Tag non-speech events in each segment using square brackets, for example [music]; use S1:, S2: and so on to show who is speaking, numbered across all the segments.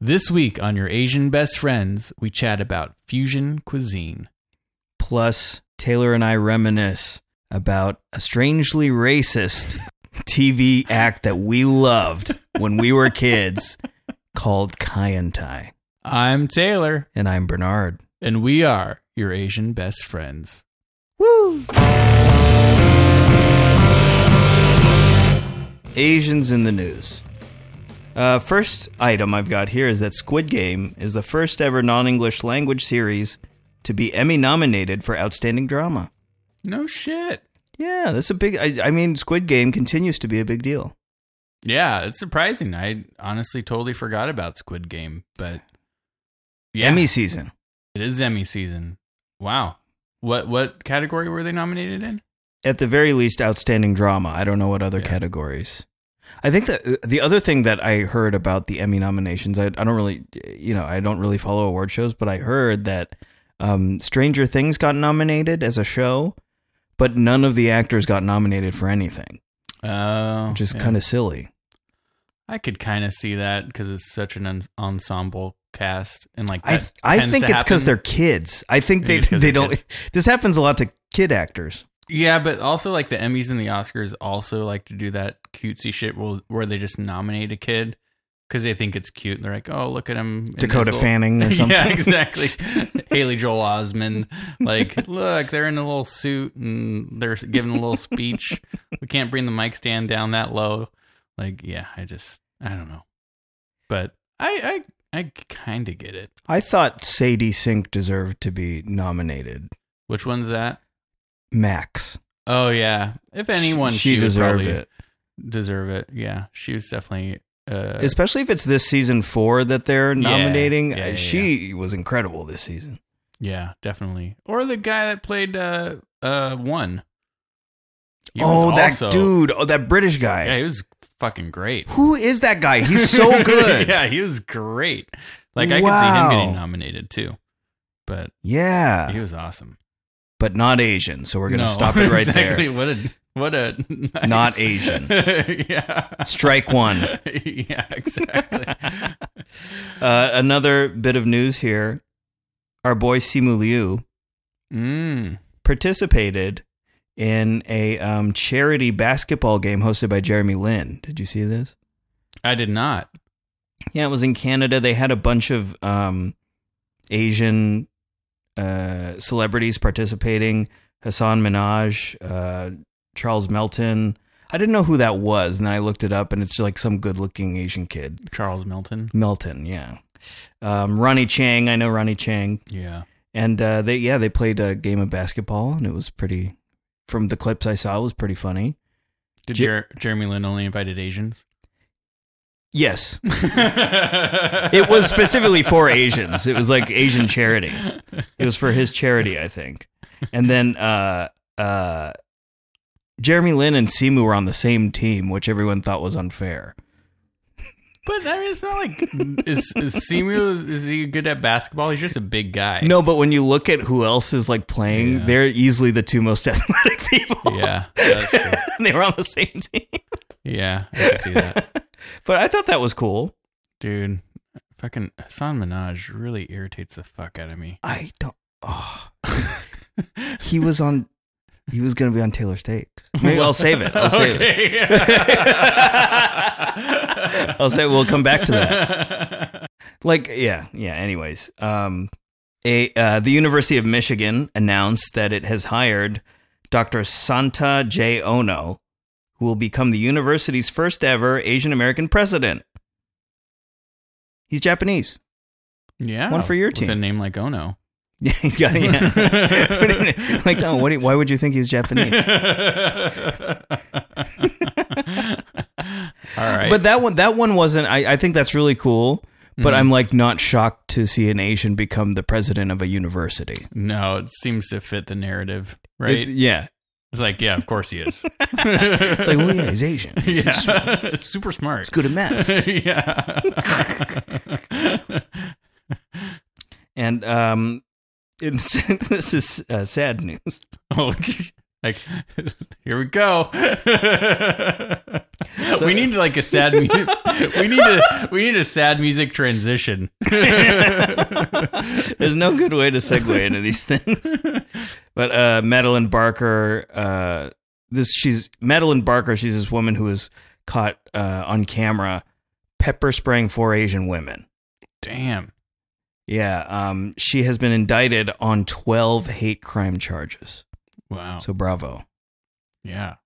S1: This week on your Asian best friends, we chat about fusion cuisine.
S2: Plus, Taylor and I reminisce about a strangely racist TV act that we loved when we were kids called Kyantai.
S1: I'm Taylor,
S2: And I'm Bernard.
S1: and we are your Asian best friends.
S2: Asians in the news. Uh, first item I've got here is that Squid Game is the first ever non English language series to be Emmy nominated for Outstanding Drama.
S1: No shit.
S2: Yeah, that's a big. I, I mean, Squid Game continues to be a big deal.
S1: Yeah, it's surprising. I honestly totally forgot about Squid Game, but yeah,
S2: Emmy season.
S1: it is Emmy season. Wow. What what category were they nominated in?
S2: at the very least outstanding drama. I don't know what other
S1: Yeah.
S2: categories. I think that uh, the other thing that I heard about the Emmy nominations, I, I don't really, you know, I don't really follow award shows, but I heard that um, Stranger Things got nominated as a show, but none of the actors got nominated for anything,
S1: Oh,
S2: which is
S1: yeah.
S2: kind of silly.
S1: I could kind of see that because it's such an en- ensemble cast, and like
S2: I,
S1: that
S2: I
S1: tends
S2: think
S1: to
S2: it's because
S1: happen.
S2: they're kids. I think
S1: Maybe
S2: they
S1: it's 'cause
S2: they
S1: they're
S2: don't.
S1: kids.
S2: [laughs] This happens a lot to kid actors.
S1: Yeah, but also like the Emmys and the Oscars also like to do that cutesy shit where, where they just nominate a kid because they think it's cute and they're like, oh, look at him. in this
S2: Dakota
S1: little-
S2: Fanning or
S1: [laughs] yeah,
S2: something.
S1: exactly. [laughs] Haley Joel Osment. Like, [laughs] look, they're in a little suit and they're giving a little
S2: [laughs]
S1: speech. We can't bring the mic stand down that low. Like, yeah, I just, I don't know. But I, I, I kind of get it.
S2: [laughs] I thought Sadie Sink deserved to be nominated.
S1: Which one's that?
S2: Max.
S1: Oh, yeah. If anyone,
S2: she,
S1: she, would
S2: deserved
S1: probably
S2: it.
S1: Deserve it. Yeah. She was definitely. Uh,
S2: especially if it's this season four that they're
S1: Yeah,
S2: nominating.
S1: yeah, yeah,
S2: she was incredible this season.
S1: Yeah, definitely. Or the guy that played uh uh one. He
S2: oh,
S1: was
S2: that
S1: also-
S2: dude! Oh, that British guy.
S1: Yeah, he was fucking great.
S2: Who is that guy? He's so good.
S1: [laughs]
S2: yeah.
S1: yeah, he was great. Like I could see him
S2: Wow.
S1: getting nominated too. But he was awesome.
S2: but not Asian. So we're gonna
S1: No, [laughs]
S2: stop it right
S1: exactly.
S2: there.
S1: What a what a nice-
S2: Not Asian.
S1: [laughs] yeah. [laughs]
S2: Strike one.
S1: yeah,
S2: [laughs]
S1: exactly.
S2: Uh, another bit of news here: our boy Simu Liu
S1: mm.
S2: participated in a um, charity basketball game hosted by Jeremy Lin. Did you see this?
S1: I did not.
S2: Yeah, it was in Canada. They had a bunch of um, Asian uh, celebrities participating. Hassan Minaj, uh, Charles Melton. I didn't know who that was, and then I looked it up, and it's like some good-looking Asian kid.
S1: Charles Milton.
S2: Melton, yeah. Um, Ronnie Chang, I know Ronnie Chang,
S1: Yeah.
S2: and uh, they yeah they played a game of basketball, and it was pretty. From the clips I saw, it was pretty funny.
S1: Did
S2: Jer-
S1: Jer- Jeremy Lin only invited Asians?
S2: Yes,
S1: it
S2: it was specifically for Asians. It was like Asian charity. It was for his charity, I think. And then uh, uh, Jeremy Lin and Simu were on the same team, which everyone thought was unfair.
S1: But I mean, it's not like is, is Simu is, is he good at basketball? He's just a big guy.
S2: No, but when you look at who else is like playing,
S1: Yeah.
S2: they're easily the two most [laughs] athletic people.
S1: Yeah, that's true.
S2: [laughs] and they were on the same team.
S1: Yeah, I can see that,
S2: But I thought that was cool.
S1: dude. Fucking Hassan Minaj really irritates the fuck out of me.
S2: I don't. Oh.
S1: [laughs]
S2: he was on. He was going to be on Taylor Stakes. Maybe I'll save
S1: [laughs]
S2: it. I'll save it. [laughs] I'll say we'll come back to that.
S1: that.
S2: like yeah yeah anyways um a uh, the university of michigan announced that it has hired dr santa j ono who will become the university's first ever asian american president he's japanese [laughs]
S1: Yeah,
S2: One for your
S1: with
S2: team.
S1: a name like Ono.
S2: yeah he's got yeah. [laughs] What do you mean? like no what do you- why would you think he's [laughs] japanese
S1: [laughs] All right,
S2: but that one that one wasn't i, I think that's really cool but
S1: Mhm.
S2: i'm like not shocked to see an asian become the president of a university
S1: no, it seems to fit the narrative,
S2: It-
S1: right?
S2: yeah
S1: It's like, yeah, of course he is.
S2: [laughs] it's like well yeah
S1: [laughs]
S2: he's asian he's
S1: yeah,
S2: he's smart.
S1: [laughs] super smart.
S2: He's good at math
S1: [laughs] yeah.
S2: [laughs] And um, it's, this is uh, sad news.
S1: [laughs] oh, [laughs] Like, here we go. [laughs] we need like a sad.
S2: [laughs]
S1: Mu- we need a we need a sad music transition.
S2: There's no
S1: [laughs]
S2: good way to segue into these things. But uh, Madeline Barker, uh, this she's Madeline Barker. She's this woman who was caught uh, on camera pepper spraying four Asian women.
S1: Damn.
S2: Yeah, um, she has been indicted on twelve hate crime charges.
S1: Wow.
S2: So bravo,
S1: yeah.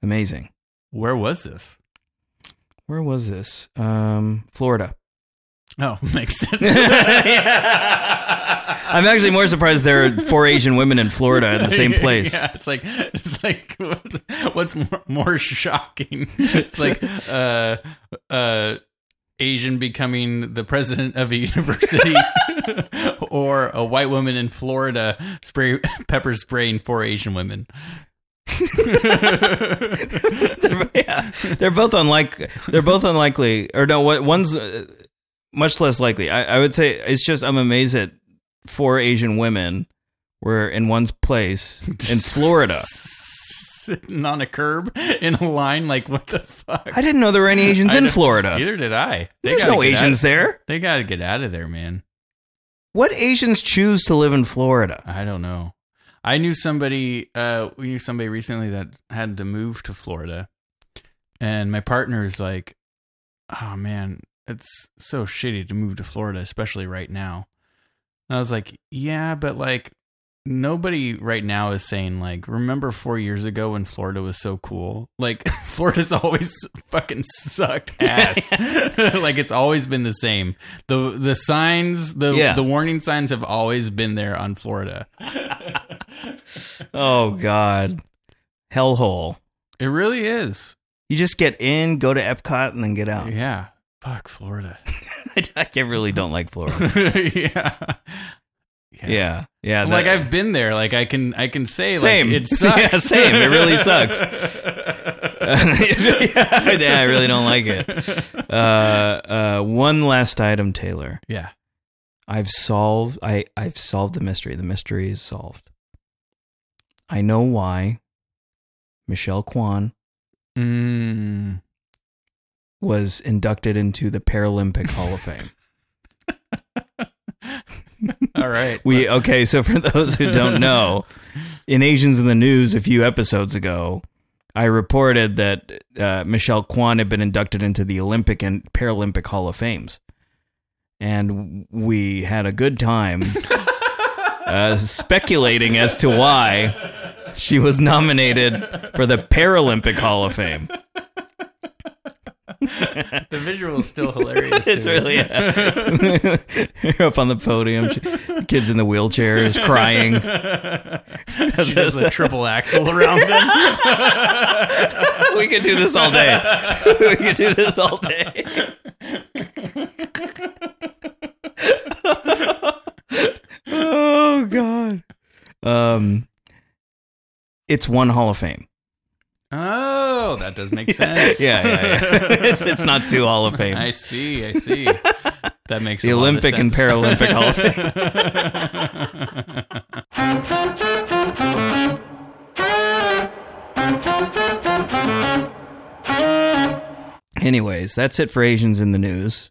S2: amazing.
S1: Where was this?
S2: Where was this? Um, Florida.
S1: Oh, [laughs] makes sense.
S2: I'm actually more surprised there are four Asian women in Florida in the same
S1: [laughs]
S2: place.
S1: Yeah, it's like it's like [laughs] what's more, more shocking? It's
S2: [laughs]
S1: like uh uh Asian becoming the president of a [laughs] university or a white woman in Florida spray [laughs] pepper spraying four Asian women.
S2: they're, yeah, they're both unlike. They're both unlikely, or no, what one's uh, much less likely. I, I would say it's just I'm amazed that four Asian women were in one's place
S1: [laughs]
S2: [laughs] in Florida.
S1: Sitting on a curb in a line like what the fuck?
S2: I didn't know there were any Asians
S1: I
S2: in
S1: don't-
S2: Florida.
S1: Neither did I. They
S2: There's
S1: gotta
S2: no
S1: get out-
S2: Asians there.
S1: they got to get out of there, man.
S2: What Asians choose to live in Florida?
S1: I don't know. I knew somebody. Uh, we knew somebody recently that had to move to Florida, and my partner is like, "Oh man, it's so shitty to move to Florida, especially right now." And I was like, "Yeah, but like." Nobody right now is saying like, remember four years ago when Florida was so cool? Like [laughs] Florida's always fucking
S2: [laughs]
S1: sucked ass. [laughs] like it's always been the same. The the signs, the
S2: Yeah.
S1: the warning signs have always been there on Florida.
S2: Oh God, hellhole.
S1: It really is.
S2: You just get in, go to Epcot, and then get out.
S1: Yeah. Fuck Florida.
S2: [laughs]
S1: [laughs]
S2: I really don't like Florida.
S1: yeah.
S2: Yeah, yeah.
S1: Like
S2: that-
S1: I've been there. Like I can I can say
S2: Same.
S1: like it sucks.
S2: [laughs] Yeah, same. It really
S1: [laughs]
S2: sucks. [laughs] yeah, I really don't like it. Uh, uh, one last item, Taylor.
S1: Yeah.
S2: I've solved. I I've solved the mystery. The mystery is solved. I know why. Michelle Kwan
S1: Mm.
S2: was inducted into the Paralympic Hall of Fame.
S1: All right.
S2: We okay. So for [laughs] those who don't know, in Asians in the News a few episodes ago, I reported that uh, Michelle Kwan had been inducted into the Olympic and Paralympic Hall of Fames, and we had a good time uh, speculating as to why she was nominated for the Paralympic Hall of Fame.
S1: the visual is
S2: [laughs]
S1: still hilarious.
S2: It's
S1: to me.
S2: really [laughs] You're up on the podium. She, kids in the wheelchairs crying.
S1: she does a triple axel around them.
S2: we could do this all day. [laughs] we could do this all day. oh God. Um, it's one Hall of Fame.
S1: [laughs] Oh, that does make sense.
S2: Yeah, [laughs] yeah, yeah. it's it's not two Hall of Fames.
S1: I see. I
S2: [laughs]
S1: see. That makes
S2: The
S1: a lot of
S2: Olympic and
S1: sense.
S2: Paralympic Hall of Fame.
S1: [laughs]
S2: Anyways, that's it for Asians in the news.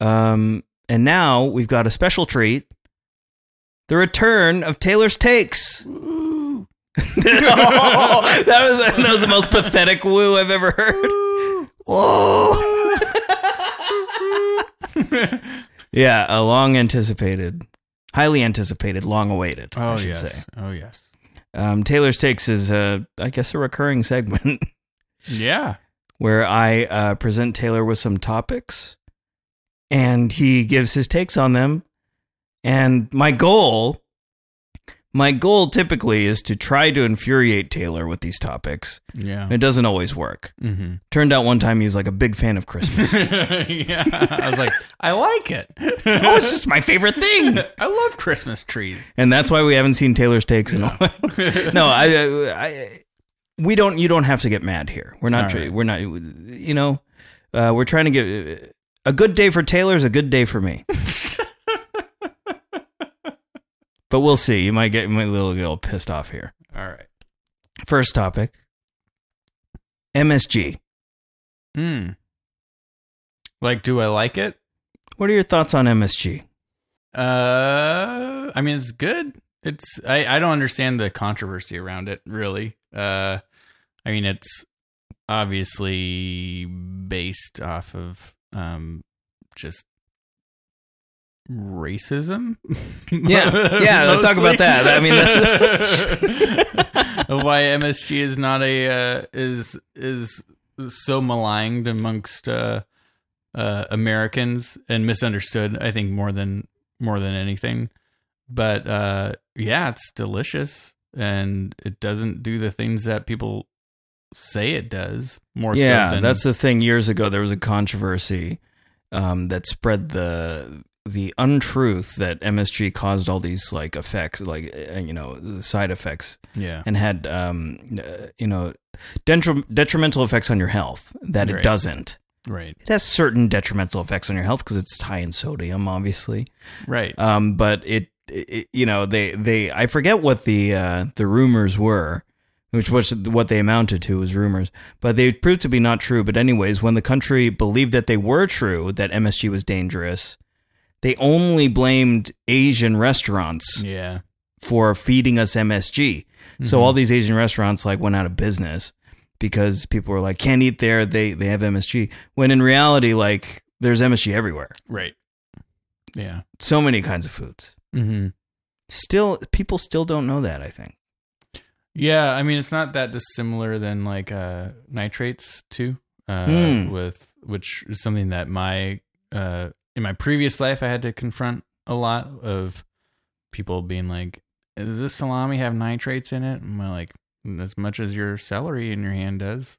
S2: Um, and now we've got a special treat: the return of Taylor's [laughs] takes. that was that was the most pathetic woo I've ever heard. Whoa. [laughs] yeah, a long anticipated, highly anticipated, long awaited.
S1: Oh
S2: I should
S1: yes.
S2: say.
S1: Oh yes.
S2: Um, Taylor's takes is, uh, I guess, a recurring segment
S1: Yeah.
S2: where I uh, present Taylor with some topics, and he gives his takes on them. And my goal, my goal typically is to try to infuriate Taylor with these topics.
S1: Yeah.
S2: It doesn't always work. [laughs]
S1: Mm-hmm.
S2: Turned out one time he was like a big fan of
S1: [laughs]
S2: Christmas.
S1: yeah. I was like, I like it.
S2: [laughs] oh, it's just my favorite thing.
S1: I love Christmas
S2: [laughs]
S1: trees.
S2: And that's why we haven't seen Taylor's
S1: [laughs]
S2: takes in a while. no, I, I, I, we don't. You don't have to get mad here. We're not.
S1: All
S2: tr-
S1: right.
S2: We're not. You know, uh, we're trying to get a good day for Taylor is a good day
S1: [laughs]
S2: for me. but we'll see. You might get my little girl pissed off here.
S1: All right.
S2: First topic MSG.
S1: Hmm. Like, do I like it?
S2: What are your thoughts on MSG?
S1: Uh, I mean, it's good. It's I I don't understand the controversy around it really. Uh, I mean, it's obviously based off of um just racism. [laughs]
S2: Yeah. Yeah, let's talk about that. I mean, that's-
S1: Of [laughs] why MSG is not a uh, is is so maligned amongst uh, uh, Americans and misunderstood. I think more than more than anything. But uh, yeah, it's delicious and it doesn't do the things that people say it does. More
S2: yeah,
S1: so than
S2: that's the thing. Years ago, there was a controversy um, that spread the the untruth that MSG caused all these like effects, like uh, you know, side effects,
S1: yeah
S2: and had um, uh, you know detrim- detrimental effects on your health that it
S1: Right.
S2: doesn't.
S1: right
S2: It has certain detrimental effects on your health because it's high in sodium, obviously.
S1: right
S2: Um, but it, it, you know, they, they, I forget what the uh, the rumors were, which was what they amounted to was rumors, but they proved to be not true. But anyways, when the country believed that they were true, that MSG was dangerous, they only blamed Asian restaurants
S1: yeah Mm-hmm.
S2: for feeding us MSG. So all these Asian restaurants like went out of business because people were like, can't eat there. They they have MSG. When in reality, like there's MSG everywhere.
S1: right yeah
S2: So many kinds of foods.
S1: mm-hmm.
S2: Still, people still don't know that. I think.
S1: yeah I mean it's not that dissimilar than like uh, nitrates too uh,
S2: Hmm.
S1: with which is something that my uh, in my previous life I had to confront a lot of people being like does this salami have nitrates in it and I'm like "Mm, as much as your celery in your hand does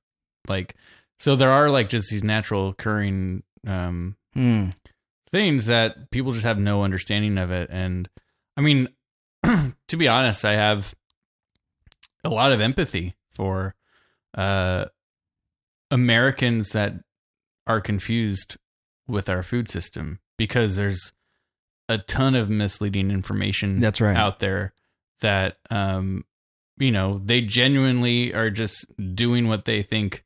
S1: like so there are like just these natural occurring um
S2: Hmm.
S1: things that people just have no understanding of it. And I mean, [clears throat] to be honest, I have a lot of empathy for uh, Americans that are confused with our food system because there's a ton of misleading information
S2: That's right.
S1: out there that um you know they genuinely are just doing what they think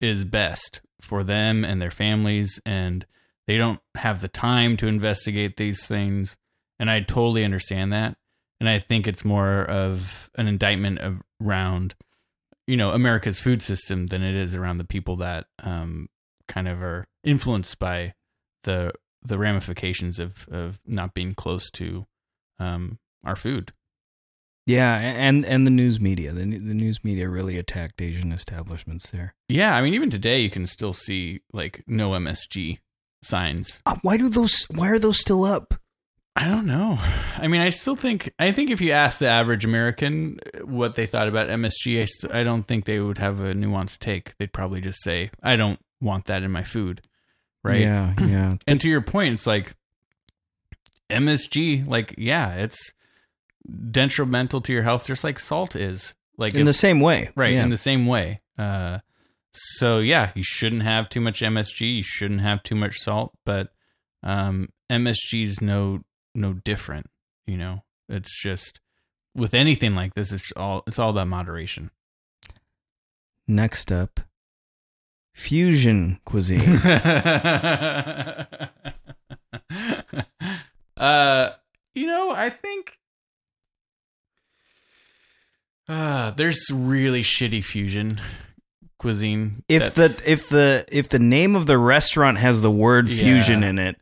S1: is best for them and their families and they don't have the time to investigate these things and i totally understand that and i think it's more of an indictment of around you know america's food system than it is around the people that um kind of are influenced by the the ramifications of of not being close to um, our food.
S2: Yeah, a- and and the news media. The new- the news media really attacked Asian establishments there.
S1: Yeah, I mean, even today you can still see like no MSG signs.
S2: Uh, why do those? Why are those still up?
S1: I don't know. [sighs] I mean, I still think I think if you ask the average American uh, what they thought about MSG, I, st- I don't think they would have a nuanced take. They'd probably just say, "I don't want that in my food," right?
S2: [clears throat] Yeah. Yeah.
S1: And to your point, it's like MSG. Like, yeah, it's detrimental to your health, just like salt is. Like
S2: In
S1: if-
S2: the same way.
S1: right
S2: Yeah.
S1: in the same way uh so yeah you shouldn't have too much msg you shouldn't have too much salt but um msg's no no different you know it's just with anything like this it's all it's all about moderation
S2: Next up, fusion cuisine.
S1: [laughs] uh, you know, I think uh, there's really shitty fusion cuisine.
S2: if
S1: that's-
S2: the if the if the name of the restaurant has the word
S1: Yeah.
S2: fusion in it,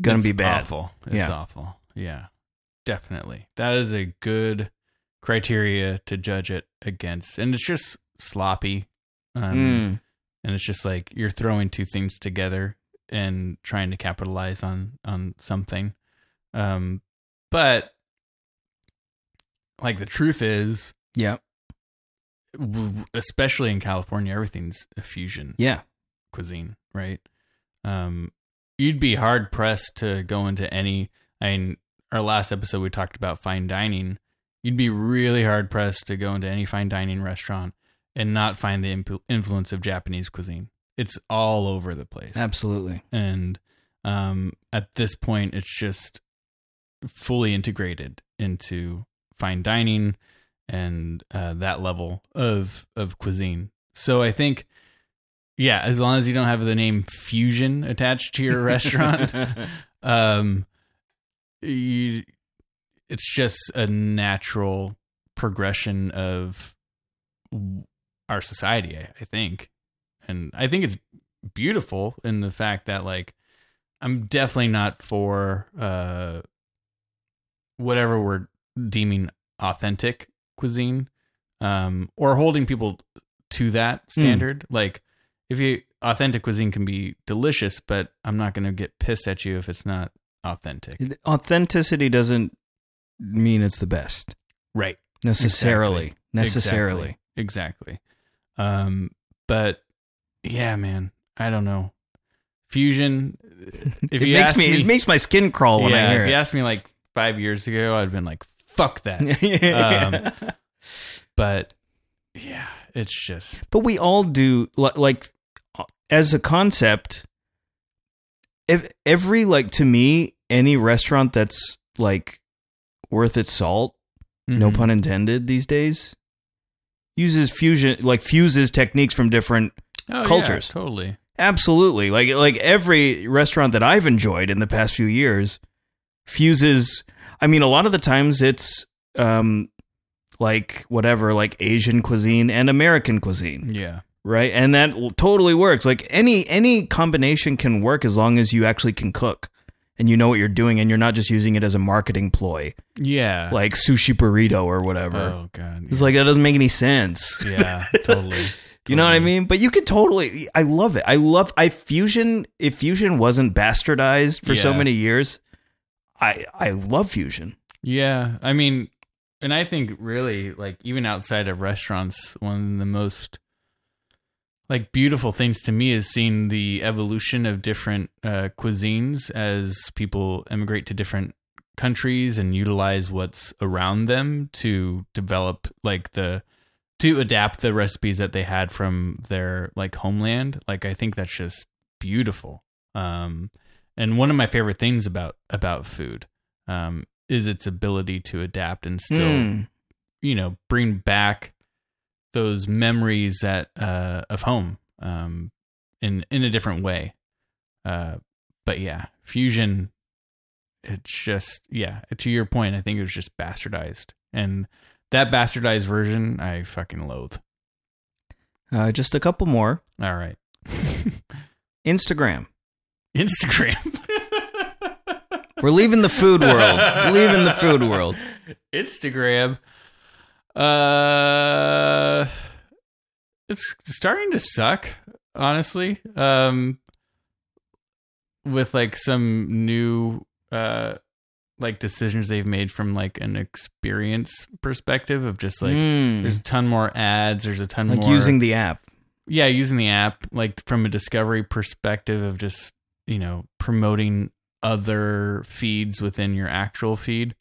S2: gonna
S1: it's
S2: be bad.
S1: Awful. It's
S2: Yeah.
S1: awful. Yeah, definitely. That is a good criteria to judge it against, and it's just sloppy. Um,
S2: Mm.
S1: and it's just like you're throwing two things together and trying to capitalize on on something um but like the truth is
S2: Yeah,
S1: w- especially in california everything's a fusion
S2: yeah,
S1: cuisine right um you'd be hard pressed to go into any i mean our last episode we talked about fine dining you'd be really hard pressed to go into any fine dining restaurant and not find the imp- influence of japanese cuisine it's all over the place
S2: absolutely.
S1: and um, at this point it's just fully integrated into fine dining and uh, that level of of cuisine. So I think, yeah, as long as you don't have the name fusion attached to
S2: [laughs]
S1: your restaurant, um, you, it's just a natural progression of our society, I, I think, and I think it's beautiful in the fact that like I'm definitely not for uh whatever we're deeming authentic cuisine um or holding people to that standard like if you authentic cuisine can be delicious but I'm not going to get pissed at you if it's not authentic
S2: Authenticity doesn't mean it's the best
S1: right
S2: necessarily.
S1: Exactly.
S2: Necessarily.
S1: exactly, exactly. um but yeah man I don't know
S2: [laughs]
S1: fusion if
S2: it
S1: you
S2: makes
S1: ask
S2: me, it makes my skin crawl when I
S1: yeah,
S2: hear
S1: if
S2: it.
S1: you asked me like five years ago, I'd been like, "Fuck that."
S2: [laughs]
S1: Um, but yeah, it's just
S2: but we all do li- like as a concept if every like to me any restaurant that's like worth its salt no
S1: Mhm.
S2: pun intended these days uses fusion like fuses techniques from different
S1: Oh, yeah,
S2: cultures.
S1: totally.
S2: Absolutely. Like like every restaurant that I've enjoyed in the past few years fuses I mean a lot of the times it's um like whatever like Asian cuisine and American cuisine,
S1: Yeah,
S2: right? And that l- totally works. Like any any combination can work as long as you actually can cook and you know what you're doing and you're not just using it as a marketing ploy
S1: yeah.
S2: like sushi burrito or whatever.
S1: oh god,
S2: It's like that doesn't make any sense.
S1: yeah, totally.
S2: [laughs] You know what I
S1: Totally.
S2: mean? But you could totally. I love it. I love. I fusion. If fusion wasn't bastardized for so
S1: Yeah.
S2: many years, I I love fusion.
S1: Yeah, I mean, and I think really, like, even outside of restaurants, one of the most like beautiful things to me is seeing the evolution of different uh, cuisines as people immigrate to different countries and utilize what's around them to develop like the to adapt the recipes that they had from their like homeland like i think that's just beautiful um and one of my favorite things about about food um is its ability to adapt and still
S2: Hmm.
S1: you know bring back those memories that uh of home um in in a different way uh but yeah fusion it's just yeah to your point i think it was just bastardized and that bastardized version i fucking loathe
S2: Uh, just a couple more.
S1: all right [laughs]
S2: Instagram.
S1: instagram
S2: We're leaving the food world. We're leaving the food world.
S1: [laughs] Instagram. Uh, it's starting to suck, honestly. Um, with like some new uh, like decisions they've made from like an experience perspective of just like
S2: Mm.
S1: there's a ton more ads. There's a ton
S2: like
S1: more
S2: using the app.
S1: yeah, using the app like from a discovery perspective of just, you know, promoting other feeds within your actual feed.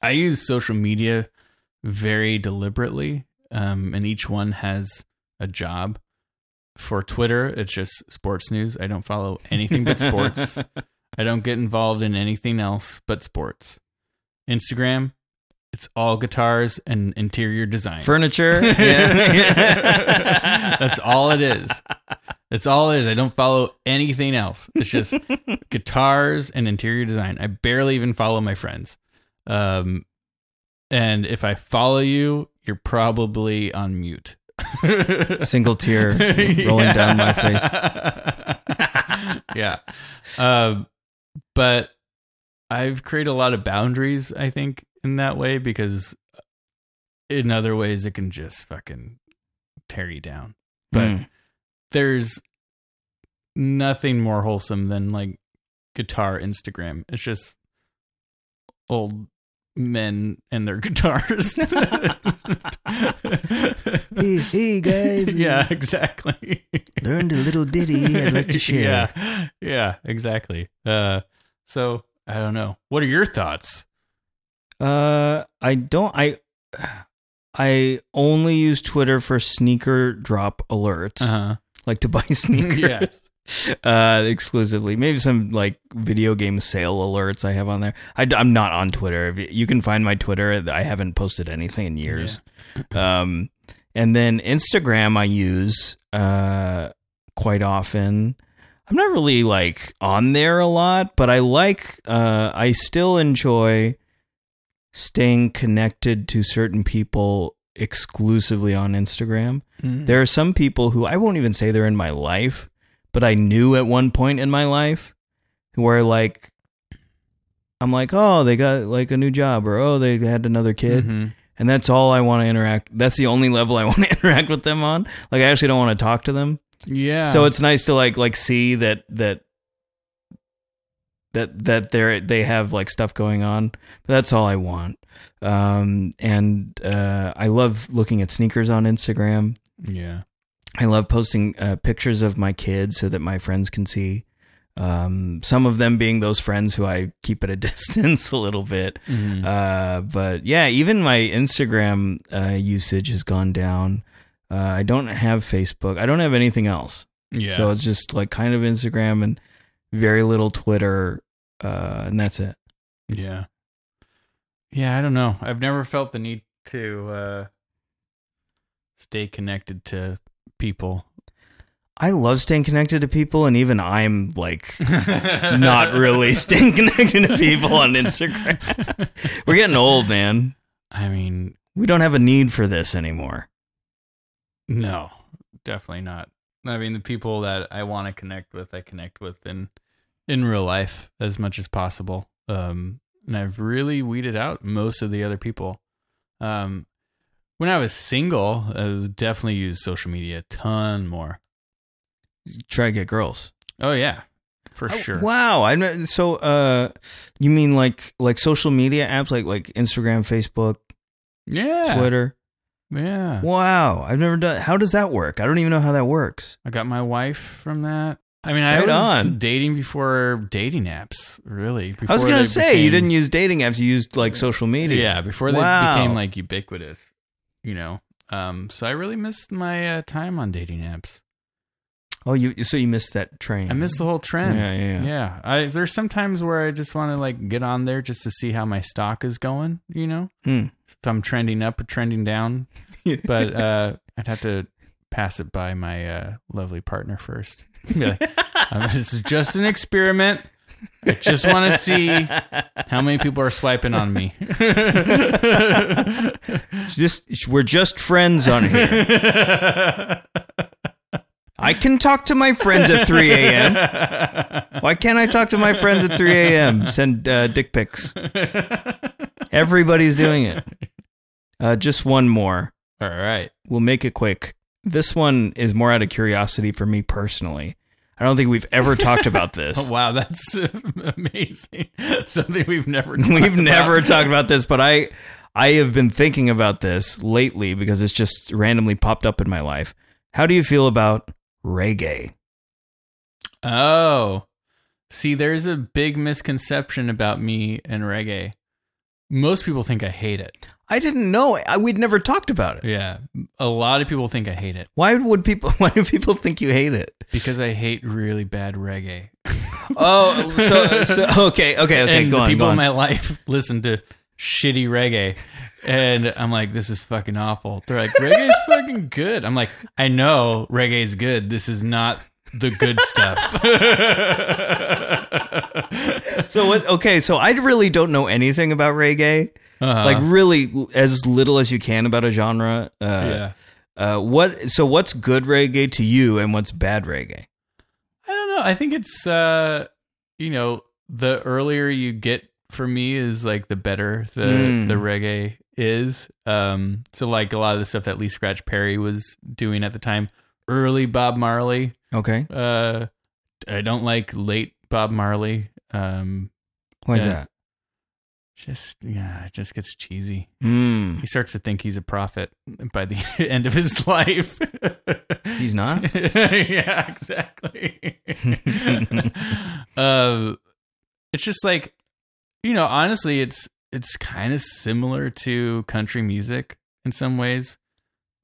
S1: I use social media very deliberately, um, and each one has a job. For Twitter, it's just sports news. I don't follow anything but
S2: [laughs]
S1: sports. I don't get involved in anything else but sports. Instagram, it's all guitars and interior design. [laughs]
S2: Furniture. [laughs] Yeah.
S1: That's all it is. That's all it is. I don't follow anything else. It's just guitars and interior design. I barely even follow my friends. Um, and if I follow you, you're probably on mute. [laughs]
S2: Single tear rolling down my face.
S1: face. [laughs] yeah. Um, but I've created a lot of boundaries, I think, in that way because in other ways it can just fucking tear you down. But
S2: Mm.
S1: there's nothing more wholesome than like guitar Instagram. It's just old men and their [laughs] guitars.
S2: hey, hey
S1: [laughs]
S2: guys.
S1: yeah, exactly. [laughs]
S2: Learned a little ditty I'd like to share.
S1: Yeah, yeah, exactly. Uh, so I don't know. What are your thoughts?
S2: Uh, I don't. I I only use Twitter for sneaker drop alerts,
S1: Uh huh.
S2: like to buy [laughs] sneakers.
S1: [laughs] yes.
S2: uh, exclusively. Maybe some like video game sale alerts I have on there. I, am not on Twitter. If you, you can find my Twitter. I haven't posted anything in years. um, and then Instagram I use uh, quite often. I'm not really like on there a lot, but I like. Uh, I still enjoy staying connected to certain people exclusively on Instagram. There are some people who I won't even say they're in my life, but I knew at one point in my life who are like, I'm like, oh, they got like a new job or oh, they had another kid.
S1: Mhm.
S2: And that's all I want to interact. That's the only level I [laughs] want to interact with them on. Like I actually don't want to talk to them.
S1: Yeah.
S2: So it's nice to like like see that that that that they're they have like stuff going on. But that's all I want. Um and uh I love looking at sneakers on Instagram.
S1: yeah.
S2: I love posting uh, pictures of my kids so that my friends can see. Um, some of them being those friends who I keep at a [laughs] distance a little bit.
S1: Mhm.
S2: Uh, but yeah, even my Instagram uh, usage has gone down. Uh, I don't have Facebook. I don't have anything else.
S1: Mm-hmm. yeah.
S2: So it's just like kind of Instagram and very little Twitter, uh, and that's it.
S1: Yeah. Yeah, I don't know. I've never felt the need to uh stay connected to people.
S2: I love staying connected to people, and even I'm
S1: [laughs]
S2: like [laughs] not really staying connected to people
S1: [laughs]
S2: on Instagram. We're getting old, man.
S1: I mean,
S2: We don't have a need for this anymore.
S1: no. Definitely not. I mean, the people that I want to connect with, I connect with in in real life as much as possible. Um and I've really weeded out most of the other people. Um when I was single, I was definitely used social media a ton more.
S2: Try to get girls
S1: Oh yeah. For sure.
S2: Wow. I know- so uh, you mean like like social media apps like like Instagram, Facebook,
S1: Yeah.
S2: Twitter?
S1: Yeah.
S2: Wow. I've never done. How does that work? I don't even know how that works.
S1: I got my wife from that. I mean, I
S2: Right
S1: was
S2: on.
S1: dating before dating apps, really.
S2: I was
S1: before
S2: gonna
S1: they
S2: say you
S1: became-
S2: didn't use dating apps. You used like social media.
S1: Yeah, before they
S2: Wow.
S1: became like ubiquitous, you know. Um, so I really missed my uh, time on dating apps.
S2: Oh, you so you missed that train.
S1: I missed the whole trend.
S2: Yeah, yeah, yeah.
S1: I, there's some times where I just want to like get on there just to see how my stock is going. You know,
S2: Hmm.
S1: if I'm trending up or trending down.
S2: [laughs]
S1: But uh, I'd have to pass it by my uh, lovely partner first. [laughs]
S2: Hmm.
S1: Be like, Um, this is just an experiment. I just want to see how many people are swiping on
S2: [laughs]
S1: me.
S2: [laughs] just we're just friends on here. I can talk to my friends at
S1: [laughs]
S2: 3 a.m. Why can't I talk to my friends at 3 a.m.? Send uh,
S1: [laughs]
S2: dick pics. Everybody's doing it. Uh, just one more.
S1: All right.
S2: We'll make it quick. This one is more out of curiosity for me personally. I don't think we've ever talked [laughs] about this.
S1: Oh, [laughs] wow, that's [laughs] uh, amazing. [laughs] Something we've
S2: [laughs]
S1: never talked
S2: We've never
S1: about.
S2: talked about this, but I I have been thinking about this lately because it's just randomly popped up in my life. How do you feel about reggae?
S1: Oh, see, there's a big misconception about me and reggae. Most people think I hate it.
S2: I didn't know. I, we'd never talked about it.
S1: Yeah, a lot of people think I hate it.
S2: Why would people? [laughs] Why do people think you hate it?
S1: Because I hate really bad reggae.
S2: Oh, [laughs] so, so okay, okay, okay.
S1: and
S2: go
S1: the
S2: on,
S1: people
S2: go on.
S1: in my life [laughs] listen to shitty reggae. And I'm like, this is fucking awful. They're like, reggae's fucking good. I'm like, I know reggae's good. This is not the good stuff.
S2: so what? Okay, so I really don't know anything about reggae.
S1: Uh-huh.
S2: Like really, l- as little as you can about a genre. Uh,
S1: yeah.
S2: uh, what? So what's good reggae to you, and what's bad reggae?
S1: I don't know. I think it's uh you know, the earlier you get for me is like the better the
S2: Mm.
S1: the reggae is. Um so like a lot of the stuff that Lee Scratch Perry was doing at the time, early Bob Marley.
S2: Okay,
S1: Uh I don't like late Bob Marley. Um
S2: why is
S1: Yeah.
S2: that?
S1: just yeah, it just gets cheesy.
S2: Mm.
S1: He starts to think he's a prophet by the [laughs] end of his life.
S2: He's not.
S1: [laughs] yeah,
S2: [laughs]
S1: exactly. uh, it's just like, you know, honestly, it's it's kind of similar to country music in some ways.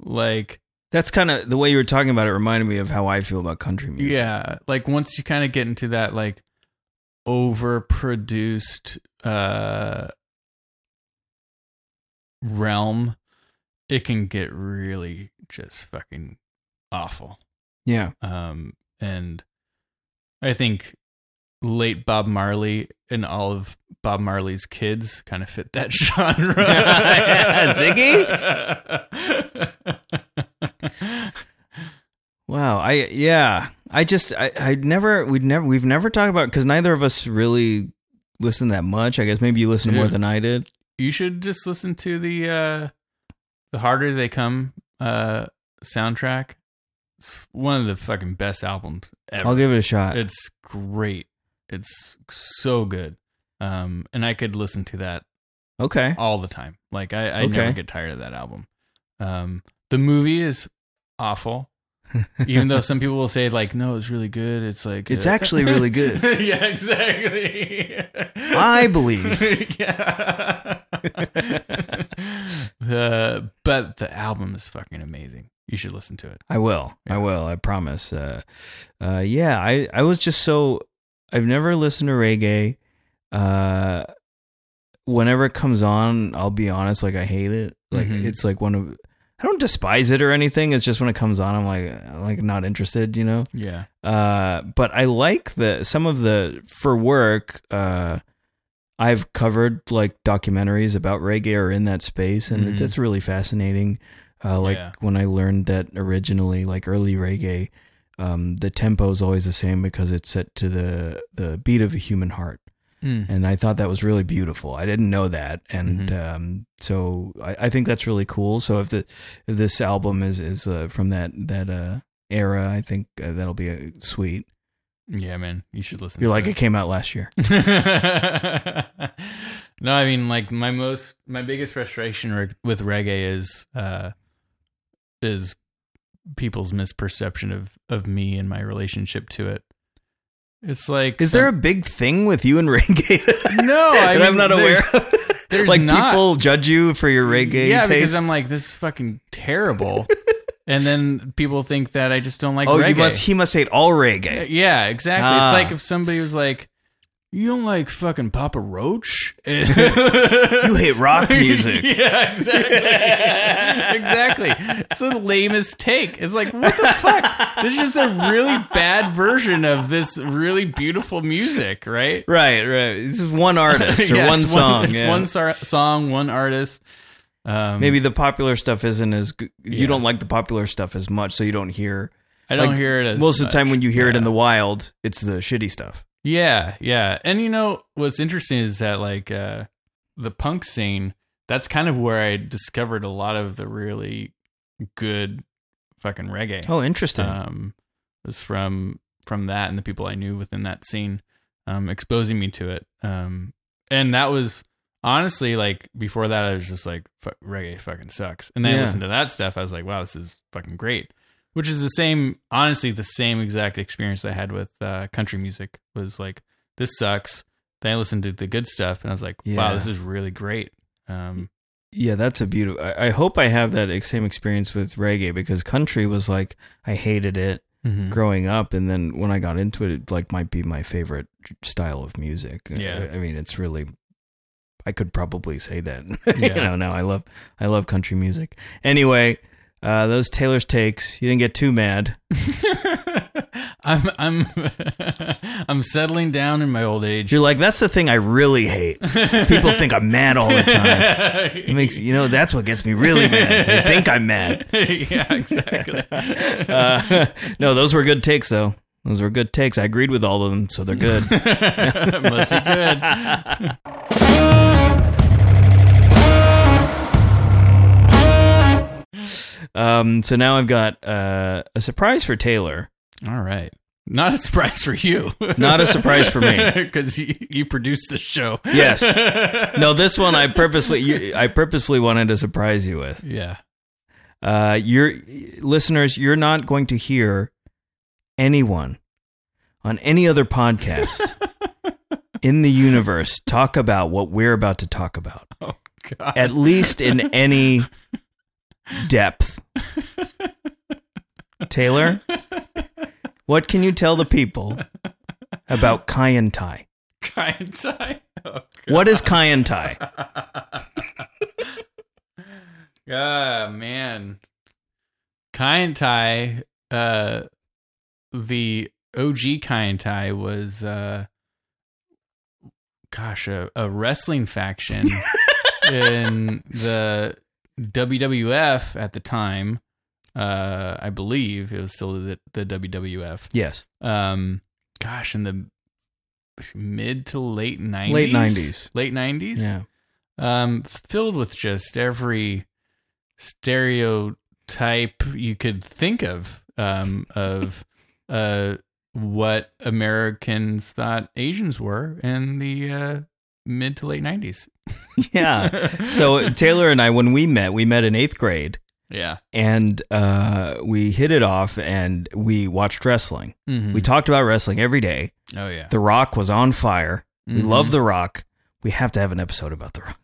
S1: Like
S2: That's kind of the way you were talking about it reminded me of how I feel about country music.
S1: Yeah, like once you kind of get into that like overproduced uh realm, it can get really just fucking awful.
S2: Yeah.
S1: Um and I think late Bob Marley and all of Bob Marley's kids kind of fit that [laughs] genre. [laughs] Ziggy?
S2: Wow. I yeah. I just I I never we'd never we've never talked about because neither of us really listened that much. I guess maybe you listened more
S1: Yeah.
S2: than I did.
S1: you should just listen to the uh the harder they come uh soundtrack it's one of the fucking best albums ever
S2: I'll give it a shot.
S1: it's great it's so good um and i could listen to that
S2: okay.
S1: all the time like i i
S2: Okay.
S1: never get tired of that album um the movie is awful even
S2: [laughs]
S1: though some people will say like no it's really good it's like
S2: It's
S1: uh,
S2: actually really good.
S1: [laughs] yeah exactly
S2: I [laughs] believe.
S1: yeah. [laughs] the, but the album is fucking amazing. You should listen to it.
S2: I will. I will. I promise. Uh, uh, yeah. I I was just so I've never listened to reggae. Uh, whenever it comes on, I'll be honest. Like I hate it. Like
S1: Mhm.
S2: it's like one of. I don't despise it or anything. It's just when it comes on, I'm like, I'm like not interested. You know.
S1: Yeah.
S2: Uh, but I like the some of the for work. Uh, I've covered like documentaries about reggae or in that space, and
S1: Mhm.
S2: that's really fascinating. Uh, like
S1: Yeah.
S2: when I learned that originally, like early reggae, um, the tempo is always the same because it's set to the the beat of a human heart, and I thought that was really beautiful. I didn't know that, and um, so I, I think that's really cool. So if the if this album is is uh, from that that uh, era, I think uh, that'll be uh, sweet.
S1: Yeah, man. You should listen
S2: You're
S1: to
S2: like, it
S1: it.
S2: came out last year.
S1: [laughs] no, I mean like my most my biggest frustration reg- with reggae is uh is people's misperception of of me and my relationship to it. It's like
S2: Is there a big thing with you and [laughs] reggae that
S1: a [laughs] no, I
S2: I'm
S1: mean,
S2: not aware
S1: there's-
S2: of?
S1: there's
S2: like,
S1: not.
S2: people judge you for your reggae
S1: yeah
S2: taste.
S1: because i'm like this is fucking
S2: [laughs]
S1: terrible and then people think that i just don't like
S2: oh,
S1: reggae. Uh,
S2: you must, he must hate all
S1: [laughs]
S2: reggae.
S1: yeah exactly
S2: Ah.
S1: it's like if somebody was like you don't like fucking papa roach [laughs] you
S2: You
S1: [laughs]
S2: hate rock music.
S1: yeah
S2: [laughs]
S1: exactly exactly it's the lamest take it's like what the fuck this is just a really bad version of this really beautiful music right
S2: right, right. This is
S1: [laughs]
S2: one artist or
S1: Yeah,
S2: one
S1: it's
S2: song.
S1: it's
S2: yeah.
S1: one sor- song one artist um,
S2: Maybe the popular stuff isn't as good. You
S1: Yeah.
S2: don't like the popular stuff as much, so you don't hear.
S1: I don't
S2: like,
S1: hear it as
S2: Most of the time,
S1: much.
S2: when you hear it
S1: Yeah.
S2: in the wild, it's the shitty stuff.
S1: Yeah, yeah. And you know what's interesting is that like uh the punk scene, that's kind of where I discovered a lot of the really good fucking reggae.
S2: Oh, interesting.
S1: um was from from that and the people I knew within that scene um exposing me to it. Um and that was honestly like before that I was just like fuck, reggae fucking sucks. And then
S2: Yeah.
S1: I listened to that stuff I was like wow this is fucking great. Which is the same honestly the same exact experience I had with uh country music was like this sucks. Then I listened to the good stuff and I was like
S2: Yeah.
S1: wow this is really great. Um
S2: Yeah, that's a beautiful. I, I hope I have that ex- same experience with reggae because country was like I hated it
S1: Mm-hmm.
S2: growing up, and then when I got into it, it like might be my favorite style of music.
S1: Yeah.
S2: I, I mean, it's really. I could probably say that. [laughs] you
S1: Yeah.
S2: know, no, I love I love country music. Anyway, uh, those Taylor's takes. You didn't get too mad.
S1: [laughs] I'm I'm [laughs] I'm settling down in my old age.
S2: You're like, that's the thing I really hate. People think I'm mad all the time. It makes you know that's what gets me really mad. They think I'm mad.
S1: [laughs] yeah, exactly. [laughs]
S2: uh, [laughs] no, those were good takes, though. Those were good takes. I agreed with all of them, so they're good.
S1: Must be good.
S2: um, so now I've got uh, a surprise for Taylor.
S1: All right. Not a surprise for you.
S2: Not a surprise for me.
S1: [laughs] Because you, you produced the show.
S2: Yes. No, this one I purposely you, I purposefully wanted to surprise you
S1: [laughs]
S2: with.
S1: Yeah.
S2: Uh, your listeners, you're not going to hear anyone on any other podcast in the universe talk about what we're about to talk about.
S1: Oh, God. [laughs]
S2: at least in any depth. Taylor, what can you tell the people about Kyantai?
S1: Kyantai. Oh,
S2: What is Kyantai?
S1: Ah, [laughs] man. Kyantai, uh, the OG Kyantai was, uh, gosh, a, a wrestling
S2: [laughs]
S1: faction in the WWF at the time. Uh, I believe it was still the, the WWF.
S2: Yes,
S1: Um, gosh, in the mid to late 90s.
S2: Late 90s.
S1: Late 90s
S2: yeah,
S1: um, filled with just every stereotype you could think of um, of uh, what Americans thought Asians were in the uh, mid to late
S2: [laughs]
S1: nineties.
S2: yeah.
S1: [laughs]
S2: Uh, So Taylor and I, when we met, we met in eighth grade,
S1: yeah,
S2: and uh, we hit it off, and we watched wrestling.
S1: Mhm.
S2: We talked about wrestling every day.
S1: oh yeah,
S2: The Rock was on fire. We
S1: Mhm.
S2: love The Rock. We have to have an episode about The Rock.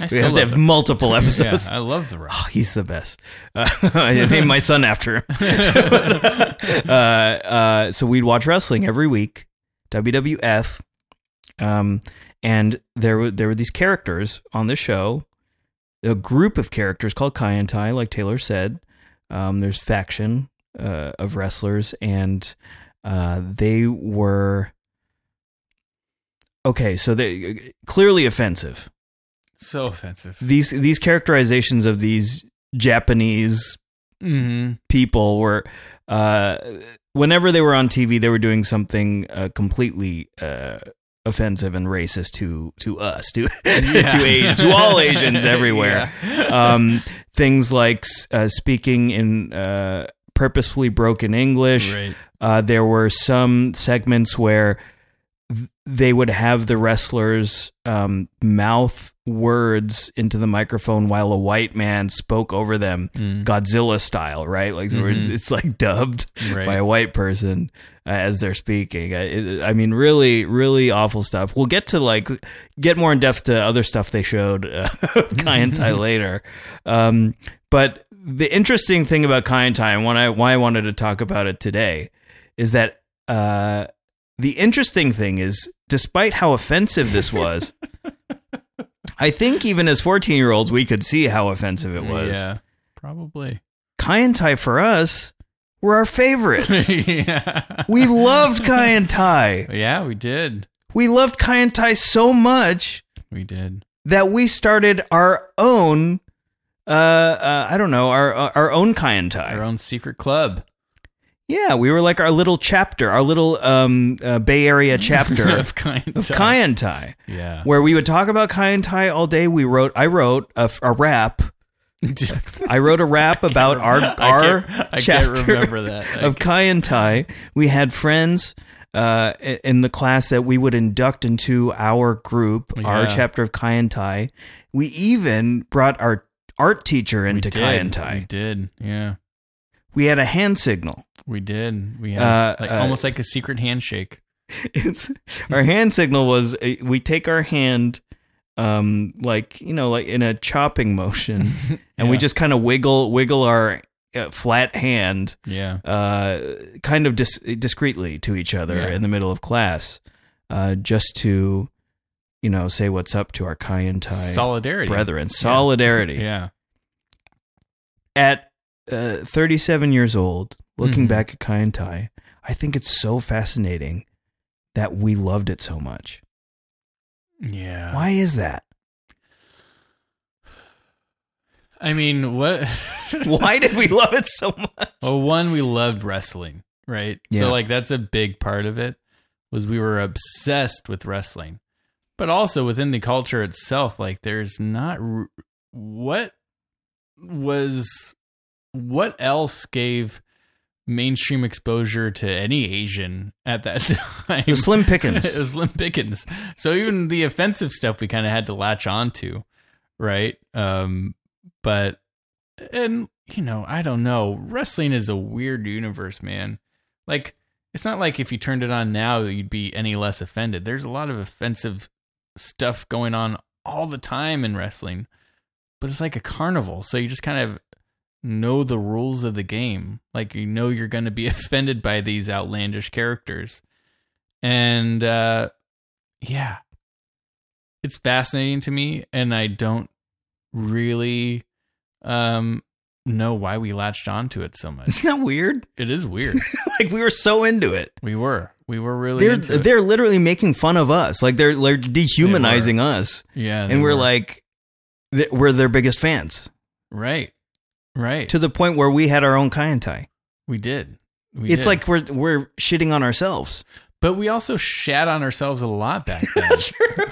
S1: I
S2: We have to have
S1: love
S2: multiple
S1: the, [laughs] yeah,
S2: episodes.
S1: I love the rock.
S2: Oh, he's the best. Uh, [laughs] I named my son after him. [laughs] uh, uh, so we'd watch wrestling every week, WWF, um, and there were there were these characters on the show, a group of characters called Kyantai, like Taylor said. Um, there's faction uh, of wrestlers, and uh, they were okay. So they clearly offensive
S1: so offensive.
S2: these these characterizations of these Japanese [laughs]
S1: Mm-hmm.
S2: people were uh, whenever they were on TV, they were doing something uh, completely uh, offensive and racist to to us to to Asian, to all
S1: [laughs]
S2: Asians everywhere. Um, things like uh, speaking in uh, purposefully broken English.
S1: right.
S2: Uh, there were some segments where th- they would have the wrestlers um, mouth words into the microphone while a white man spoke over them,
S1: Mm.
S2: Godzilla style, right? Like so it's-
S1: Mhm.
S2: it's like dubbed
S1: Right.
S2: by a white person uh, as they're speaking. I, it, I mean, really, really awful stuff. We'll get to like get more in depth to other stuff they showed uh, [laughs] of Kyantai later. Um, but the interesting thing about Kyantai and why I, why I wanted to talk about it today is that uh, the interesting thing is, despite how offensive this was. I think even as 14 year olds, we could see how offensive it was. Yeah.
S1: Yeah,
S2: [laughs]
S1: probably. [laughs]
S2: Kyantai for us were our
S1: [laughs]
S2: favorites.
S1: yeah.
S2: We loved Kai and Tai.
S1: Yeah, we did.
S2: We loved Kai and Tai so much
S1: We did.
S2: that we started our own. Uh, uh, I don't know our our own Kai and
S1: Our
S2: Tai.
S1: own secret club.
S2: Yeah, we were like our little chapter, our little um uh, Bay Area chapter
S1: [laughs] of kind.
S2: of Kai and Tai,
S1: Yeah.
S2: where we would talk about Kai and Tai all day. We wrote, I wrote a, f- a rap. I wrote
S1: [laughs]
S2: a rap about [laughs] our our
S1: I can't, I
S2: chapter.
S1: can't remember that. I
S2: of Kai and Tai. We had friends uh, i- in the class that we would induct into our group, our
S1: Yeah.
S2: chapter of Kai and Tai. We even brought our art teacher into
S1: did.
S2: Kai and
S1: We
S2: Tai.
S1: did. Yeah.
S2: We had a hand signal. [laughs]
S1: We did. We had
S2: Uh,
S1: like,
S2: uh,
S1: almost like a secret handshake.
S2: It's, our hand signal was uh, we take our hand. Um, like you know, like in a chopping motion,
S1: [laughs]
S2: and we
S1: Yeah.
S2: just kind of wiggle, wiggle our uh, flat hand,
S1: Yeah.
S2: uh, kind of dis- discreetly to each other
S1: Yeah.
S2: in the middle of class, uh, just to, you know, say what's up to our Kai and Tai
S1: Solidarity.
S2: brethren. Solidarity.
S1: [laughs] Yeah.
S2: At uh, 37 years old, looking
S1: Mhm.
S2: back at Kai and Tai, I think it's so fascinating that we loved it so much.
S1: Yeah.
S2: Why is
S1: [laughs]
S2: that?
S1: I mean, what? [laughs]
S2: Why did we love it so much?
S1: Well, one, we loved wrestling, right?
S2: Yeah.
S1: So like that's a big part of it was we were obsessed with wrestling. But also within the culture itself, like there's not r- what was what else gave mainstream exposure to any Asian at that [laughs] time?
S2: It was Slim
S1: [laughs]
S2: Pickens.
S1: it was Limp Pickens. So even the offensive stuff we kind of had to latch on to, right? Um, but and you know, I don't know. Wrestling is a weird universe, man. Like it's not like if you turned it on now that you'd be any less offended. There's a lot of offensive stuff going on all the time in wrestling. But it's like a carnival, so you just kind of know the rules of the game. Like you know you're going to be [laughs] offended by these outlandish characters. And uh yeah. It's fascinating to me and I don't really um know why we latched onto it so much.
S2: [laughs] Isn't that weird?
S1: It is weird.
S2: Like we were so into it.
S1: we were. We were really
S2: They're
S1: into it.
S2: they're literally making fun of us. Like they're they're dehumanizing us,
S1: Yeah. they
S2: and we're
S1: were.
S2: like th- we're their biggest fans
S1: Right. Right.
S2: to the point where we had our own kai and tai.
S1: we did. We
S2: It's
S1: did.
S2: like we're we're shitting
S1: [laughs]
S2: on ourselves.
S1: But we also shat on ourselves a lot
S2: [laughs]
S1: back then.
S2: true.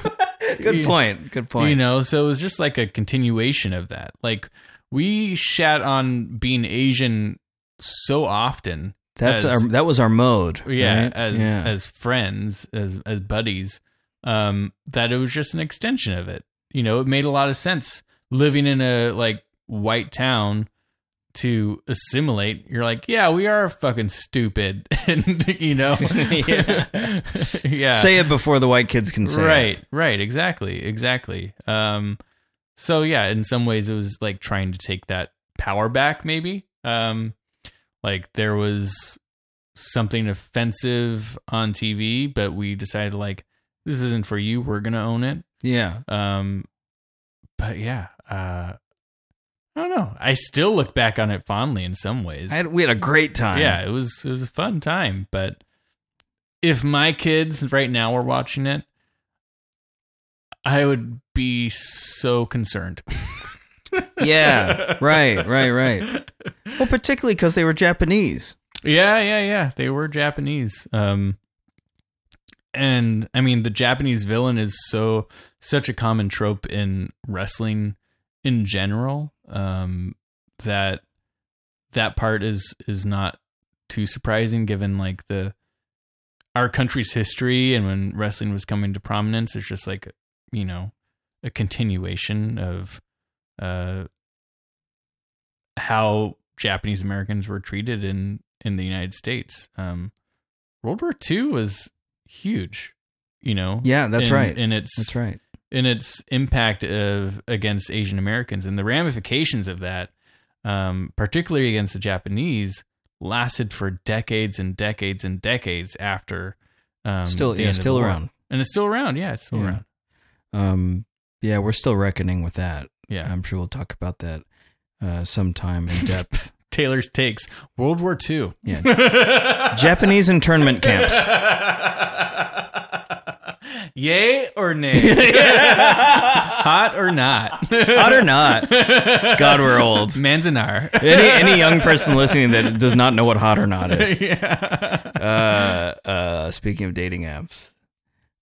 S2: Good
S1: You-
S2: point. Good point.
S1: You know, so it was just like a continuation of that. Like we shat on being Asian so often.
S2: That's
S1: as-
S2: our that was our mode.
S1: Yeah,
S2: right?
S1: as
S2: yeah.
S1: as friends, as as buddies, um, that it was just an extension of it. You know, it made a lot of sense living in a like white town to assimilate. You're like, yeah, we are fucking stupid, [laughs] and you know,
S2: [laughs] Yeah.
S1: [laughs] yeah,
S2: Say it before the white kids can say it.
S1: right right exactly exactly um so yeah in some ways it was like trying to take that power back maybe um like there was something offensive on tv but we decided like this isn't for you we're gonna own it
S2: Yeah.
S1: um but yeah uh i don't know i still look back on it fondly in some ways
S2: I had, we had a great time.
S1: yeah, it was it was a fun time, but if my kids right now were watching it, I would be so concerned. [laughs]
S2: Yeah. right, right, right. Well, particularly because they were Japanese.
S1: Yeah, yeah, yeah. They were Japanese. Um and I mean the Japanese villain is so such a common trope in wrestling in general um that that part is is not too surprising given like the our country's history and when wrestling was coming to prominence it's just like you know a continuation of uh how Japanese Americans were treated in in the United States. Um, World War II was huge, you know.
S2: Yeah, that's
S1: in-
S2: right.
S1: In its
S2: That's right.
S1: in its impact of against Asian Americans and the ramifications of that, um, particularly against the Japanese, lasted for decades and decades and decades after. Um,
S2: still,
S1: the
S2: yeah,
S1: end of
S2: still
S1: the war.
S2: around.
S1: and it's still around. Yeah, it's still
S2: Yeah.
S1: around.
S2: Um, yeah, we're still reckoning with that.
S1: Yeah,
S2: I'm sure we'll talk about that uh, sometime
S1: [laughs]
S2: in depth.
S1: Taylor's takes World War
S2: [laughs]
S1: II.
S2: Yeah. [laughs] Japanese internment camps.
S1: Yay or
S2: [laughs]
S1: nay? [laughs] Hot or not?
S2: Hot or not?
S1: [laughs]
S2: God, we're old.
S1: Manzanar.
S2: Any any young person listening that does not know what hot or not
S1: [laughs]
S2: is.
S1: yeah.
S2: Uh, uh, speaking of dating apps,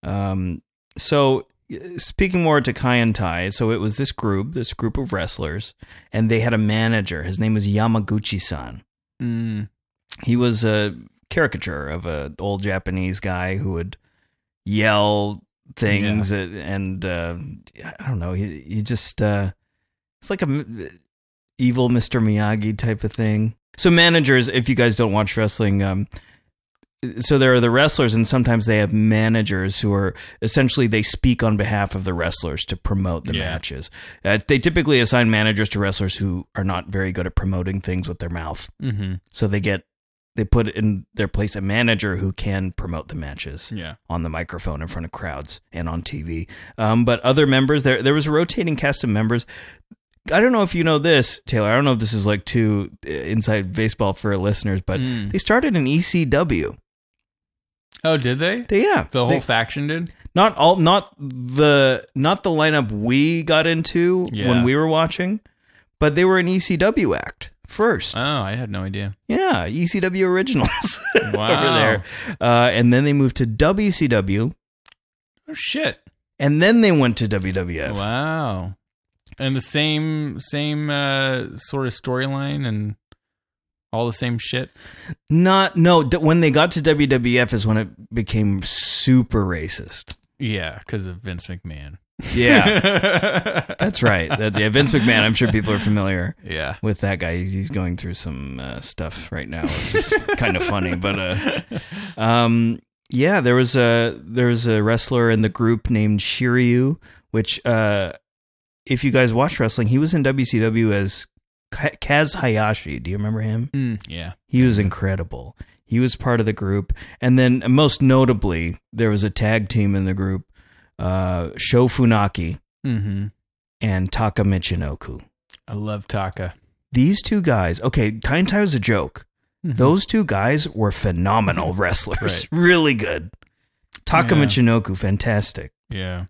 S2: um, so uh, speaking more to Kai and Tai, so it was this group, this group of wrestlers, and they had a manager. His name was Yamaguchi-san.
S1: Mm,
S2: he was a caricature of a old Japanese guy who would yell things at- and uh, I don't know. He he just uh, it's like a m- evil Mr. Miyagi type of thing. So managers, if you guys don't watch wrestling, um, so there are the wrestlers, and sometimes they have managers who are essentially they speak on behalf of the wrestlers to promote the
S1: Yeah.
S2: matches. Uh, they typically assign managers to wrestlers who are not very good at promoting things with their mouth.
S1: mhm.
S2: So they get they put in their place a manager who can promote the matches
S1: Yeah.
S2: on the microphone in front of crowds and on TV. Um, but other members there there was a rotating cast of members. I don't know if you know this, Taylor. I don't know if this is like too uh, inside baseball for listeners, but
S1: Mm.
S2: they started an ECW.
S1: Oh, did they?
S2: They, yeah,
S1: The whole
S2: They-
S1: faction did?
S2: not all not the not the lineup we got into
S1: Yeah.
S2: when we were watching, but they were an ECW act first.
S1: Oh, I had no idea.
S2: Yeah, ECW originals [laughs] over
S1: Wow.
S2: there. Uh, and then they moved to WCW,
S1: Oh, shit.
S2: and then they went to WWF.
S1: Wow. And the same same uh, sort of storyline and all the same shit.
S2: Not no. D- when they got to WWF is when it became super racist.
S1: Yeah, because of Vince McMahon. [laughs]
S2: Yeah, that's right. That, yeah, Vince McMahon. I'm sure people are familiar
S1: yeah.
S2: with that guy. He's, he's going through some uh, stuff right now, which is kind of funny. But uh, um, yeah, there was a there was a wrestler in the group named Shiryu, which uh, if you guys watch wrestling, he was in WCW as Ka- Kaz Hayashi. Do you remember him?
S1: [laughs] Mm, yeah.
S2: He was incredible. He was part of the group. And then, most notably, there was a tag team in the group uh, Sho Funaki
S1: Mm-hmm.
S2: and Taka Michinoku.
S1: I love Taka.
S2: These two guys, okay, Time Tie was a joke.
S1: Mhm.
S2: Those two guys
S1: [laughs]
S2: were phenomenal wrestlers. [laughs] Really good. Taka
S1: Yeah.
S2: Michinoku, fantastic.
S1: Yeah.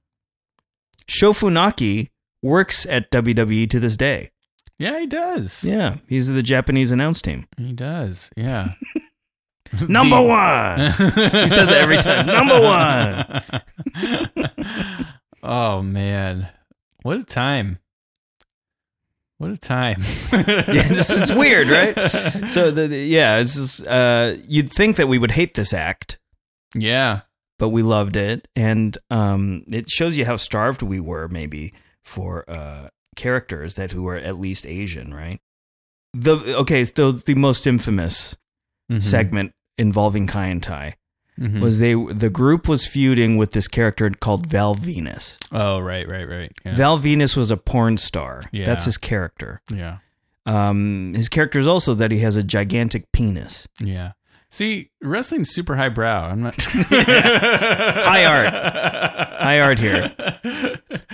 S2: Shofunaki works at WWE to this day.
S1: Yeah, he does.
S2: Yeah, he's the Japanese announce team.
S1: He does. Yeah. [laughs]
S2: Number
S1: The- [laughs]
S2: one.
S1: he
S2: says it every time. Number
S1: one. [laughs] oh man, what a time! What a time!
S2: [laughs] Yeah, this is weird, right? So the, the- yeah, it's just, uh, you'd think that we would hate this act,
S1: [laughs] Yeah,
S2: but we loved it, and um, it shows you how starved we were, maybe for uh, characters that who were at least Asian, right? The okay, so the most infamous
S1: Mhm.
S2: segment involving Kai and Tai
S1: Mhm.
S2: was they the group was feuding with this character called Val Venus.
S1: oh right, right, right. Yeah,
S2: Val Venus was a porn star.
S1: Yeah.
S2: That's his character.
S1: yeah,
S2: Um, his character is also that he has a gigantic
S1: [laughs]
S2: penis.
S1: yeah. See, wrestling's super highbrow. I'm
S2: [laughs]
S1: not
S2: High art. High art here.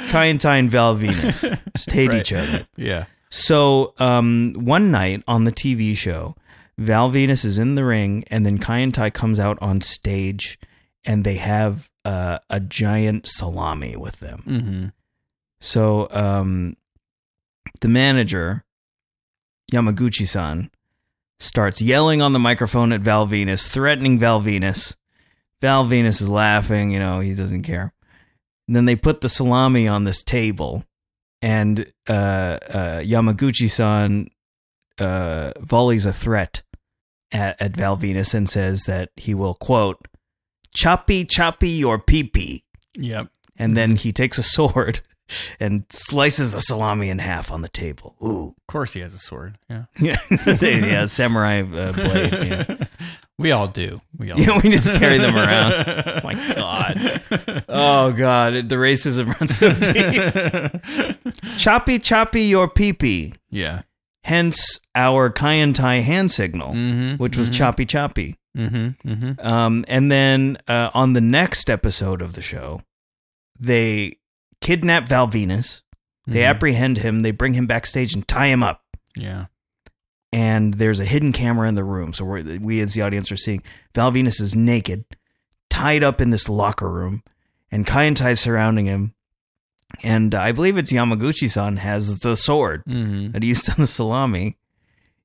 S2: Kai and Tai and Val
S1: [laughs]
S2: Venus just hate
S1: Right.
S2: each other.
S1: [laughs] Yeah.
S2: So um, one night on the TV show, Val Venus is in the ring, and then Kai and Tai comes out on stage, and they have uh, a giant salami with them.
S1: Mm-hmm.
S2: So um, the manager, Yamaguchi san, starts yelling on the microphone at Val Venus, threatening Val Venus. Val Venus is laughing, you know, he doesn't care. And then they put the salami on this table, and uh, uh, Yamaguchi san uh, volleys a threat at, at Val Venus and says that he will, quote, choppy, choppy your pee pee
S1: Yep.
S2: and then he takes a sword [laughs] and slices a salami in half on the table. Ooh,
S1: Of course, he has a sword. Yeah.
S2: [laughs] yeah, yeah, samurai uh, blade.
S1: [laughs]
S2: you know.
S1: We all do. We all.
S2: [laughs]
S1: do.
S2: Yeah, we just carry them around.
S1: [laughs]
S2: My
S1: God.
S2: Oh God, it- the racism runs so deep.
S1: [laughs]
S2: choppy, choppy your peepee.
S1: yeah.
S2: Hence our Kai and Tai hand signal,
S1: Mm-hmm.
S2: which was choppy, choppy.
S1: Mm-hmm. Mm-hmm.
S2: Um, and then uh, on the next episode of the show, they kidnap Val Venus.
S1: Mm-hmm.
S2: They apprehend him. They bring him backstage and tie him up.
S1: yeah.
S2: and there's a hidden camera in the room. So we're, we, as the audience, are seeing Val Venus is naked, tied up in this locker room, and Kai and Tai surrounding him. And I believe it's Yamaguchi-san has the sword
S1: Mm-hmm.
S2: that he used on the salami.